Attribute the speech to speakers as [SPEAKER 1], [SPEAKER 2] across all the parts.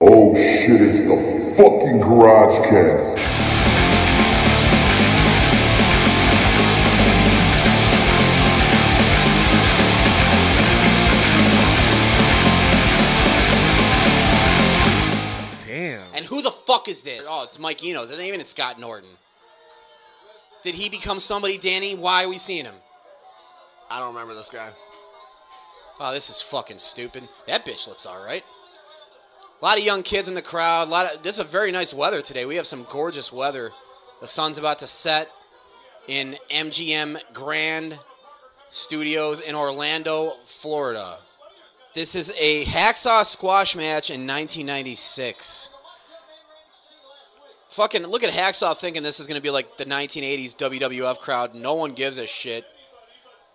[SPEAKER 1] Oh shit, it's the fucking Garage Cast.
[SPEAKER 2] Damn.
[SPEAKER 3] And who the fuck is this? Oh, it's Mike Enos. It ain't even Scott Norton. Did he become somebody, Danny? Why are we seeing him?
[SPEAKER 2] I don't remember this guy.
[SPEAKER 3] Oh, this is fucking stupid. That bitch looks all right. A lot of young kids in the crowd. A lot of this is a very nice weather today. We have some gorgeous weather. The sun's about to set in MGM Grand Studios in Orlando, Florida. This is a hacksaw squash match in 1996. Fucking look at Hacksaw thinking this is going to be like the 1980s WWF crowd. No one gives a shit.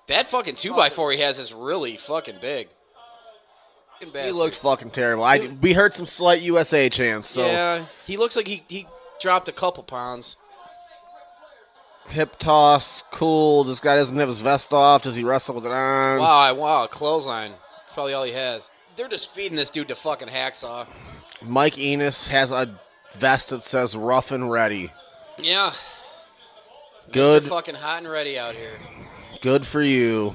[SPEAKER 3] That fucking 2x4 he has is really fucking big. Fucking
[SPEAKER 2] He
[SPEAKER 3] bastard.
[SPEAKER 2] looked fucking terrible. I we heard some slight USA chants, so
[SPEAKER 3] Yeah, he looks like he, he dropped a couple pounds.
[SPEAKER 2] hip toss, cool. This guy doesn't have his vest off. Does he wrestle with it on?
[SPEAKER 3] Wow, I- wow, a clothesline. That's probably all he has. They're just feeding this dude to fucking hacksaw.
[SPEAKER 2] Mike Enos has a vest that says rough and ready.
[SPEAKER 3] Yeah.
[SPEAKER 2] Good
[SPEAKER 3] Mr. fucking hot and ready out here.
[SPEAKER 2] good for you.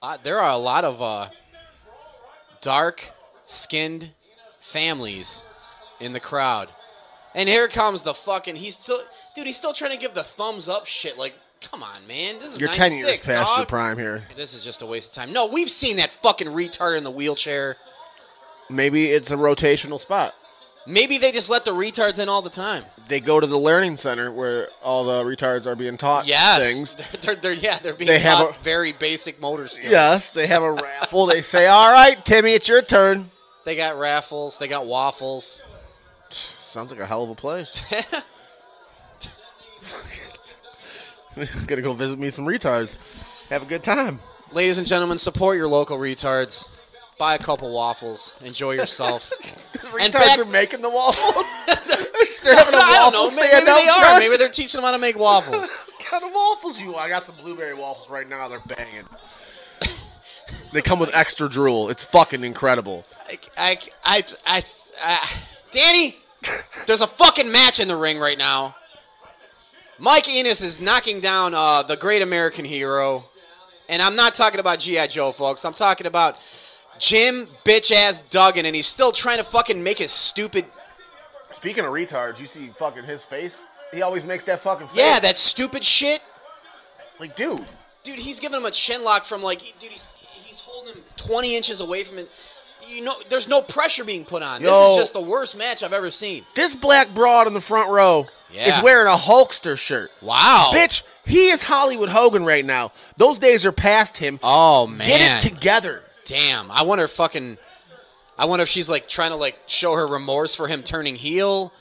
[SPEAKER 3] Uh, there are a lot of uh, dark skinned families in the crowd. And here comes the fucking. He's still. Dude, he's still trying to give the thumbs up shit. Like, come on, man. This is
[SPEAKER 2] You're 10 years
[SPEAKER 3] 96,
[SPEAKER 2] past your
[SPEAKER 3] dog.
[SPEAKER 2] prime here.
[SPEAKER 3] This is just a waste of time. No, we've seen that fucking retard in the wheelchair.
[SPEAKER 2] Maybe it's a rotational spot.
[SPEAKER 3] Maybe they just let the retards in all the time.
[SPEAKER 2] They go to the learning center where all the retards are being taught
[SPEAKER 3] Yes.
[SPEAKER 2] things.
[SPEAKER 3] They're, they're, yeah, they're being
[SPEAKER 2] They have
[SPEAKER 3] taught
[SPEAKER 2] a-
[SPEAKER 3] very basic motor skills.
[SPEAKER 2] Yes, they have a raffle. They say, "All right, Timmy, it's your turn."
[SPEAKER 3] They got raffles. They got waffles.
[SPEAKER 2] Sounds like a hell of a place. Gonna go visit me some retards. Have a good time.
[SPEAKER 3] Ladies and gentlemen, support your local retards. Buy a couple waffles. Enjoy yourself.
[SPEAKER 2] Retards
[SPEAKER 3] back-
[SPEAKER 2] are making the waffles. They're having a
[SPEAKER 3] I
[SPEAKER 2] waffle
[SPEAKER 3] don't know. Maybe,
[SPEAKER 2] stand
[SPEAKER 3] they
[SPEAKER 2] out
[SPEAKER 3] are.
[SPEAKER 2] front.
[SPEAKER 3] Maybe they're teaching them how to make waffles.
[SPEAKER 2] What kind of waffles you want? I got some blueberry waffles right now. They're banging. they come with extra drool. It's fucking incredible.
[SPEAKER 3] I, I, I, I, I- Danny, there's a fucking match in the ring right now. Mike Enos is knocking down uh, the great American hero. And I'm not talking about G.I. Joe, folks. I'm talking about Jim bitch ass Duggan, and he's still trying to fucking make his stupid.
[SPEAKER 2] Speaking of retards, you see fucking his face. He always makes that fucking face.
[SPEAKER 3] Yeah, that stupid shit.
[SPEAKER 2] like dude.
[SPEAKER 3] Dude, he's giving him a chin lock from like, dude, he's, he's holding him 20 inches away from it. You know, there's no pressure being put on. This
[SPEAKER 2] Yo.
[SPEAKER 3] is just the worst match I've ever seen.
[SPEAKER 2] This black broad in the front row
[SPEAKER 3] Yeah.
[SPEAKER 2] is wearing a Hulkster shirt.
[SPEAKER 3] Wow.
[SPEAKER 2] Bitch, he is Hollywood Hogan right now. Those days are past him.
[SPEAKER 3] Oh man.
[SPEAKER 2] Get it together.
[SPEAKER 3] Damn. I wonder if fucking I wonder if she's like trying to like show her remorse for him turning heel.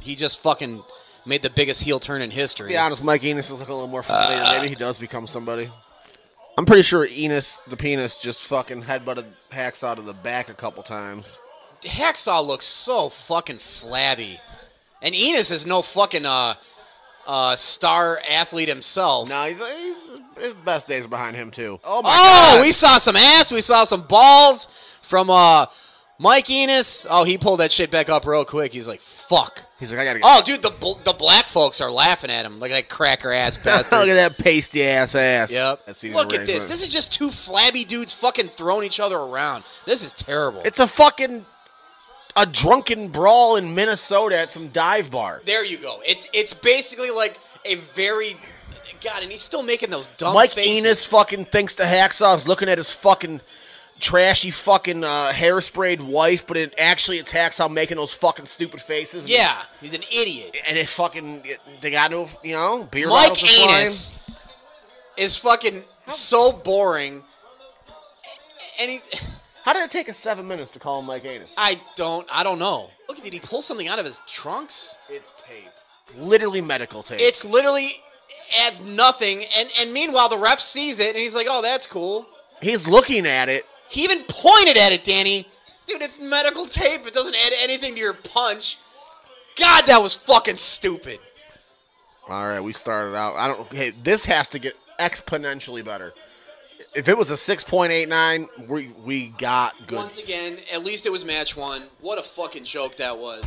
[SPEAKER 3] He just fucking made the biggest heel turn in history.
[SPEAKER 2] To be honest, Mike Enos looks like a little more familiar.
[SPEAKER 3] Uh,
[SPEAKER 2] Maybe he does become somebody. I'm pretty sure Enos, the penis, just fucking headbutted hacks out of the back a couple times.
[SPEAKER 3] Hacksaw looks so fucking flabby. And Enos is no fucking uh uh star athlete himself.
[SPEAKER 2] No, he's, he's his best days are behind him too. Oh my
[SPEAKER 3] Oh, we saw some ass, we saw some balls from uh Mike Enos. Oh, he pulled that shit back up real quick. He's like, "Fuck."
[SPEAKER 2] he's like I gotta. Get
[SPEAKER 3] Oh, dude, the bl- the black folks are laughing at him like that cracker ass bastard.
[SPEAKER 2] look at that pasty ass ass.
[SPEAKER 3] Yep.
[SPEAKER 2] That's the
[SPEAKER 3] Look at this.
[SPEAKER 2] arrangement.
[SPEAKER 3] This is just two flabby dudes fucking throwing each other around. This is terrible.
[SPEAKER 2] It's a fucking a drunken brawl in Minnesota at some dive bar.
[SPEAKER 3] there you go. It's it's basically like a very God, and he's still making those dumb
[SPEAKER 2] Mike
[SPEAKER 3] faces.
[SPEAKER 2] Enos fucking thinks the hacksaw's looking at his fucking trashy fucking uh, hairsprayed wife, but it actually it's hacksaw making those fucking stupid faces. And-
[SPEAKER 3] Yeah, he's an idiot.
[SPEAKER 2] and it fucking it- they got no you know beer
[SPEAKER 3] Mike
[SPEAKER 2] bottles are flying.
[SPEAKER 3] Enos is fucking so boring. And he's
[SPEAKER 2] How did it take us seven minutes to call him Mike Anus?
[SPEAKER 3] I don't I don't know. Look, did he pull something out of his trunks?
[SPEAKER 2] It's tape. Literally medical tape.
[SPEAKER 3] It's literally adds nothing and and meanwhile the ref sees it and he's like, "Oh, that's cool."
[SPEAKER 2] He's looking at it.
[SPEAKER 3] He even pointed at it, Danny. Dude, it's medical tape. It doesn't add anything to your punch. God, that was fucking stupid.
[SPEAKER 2] All right, we started out. I don't. Hey, this has to get exponentially better. If it was a six point eight nine, we we got good
[SPEAKER 3] Once again, at least it was match one. What a fucking joke that was.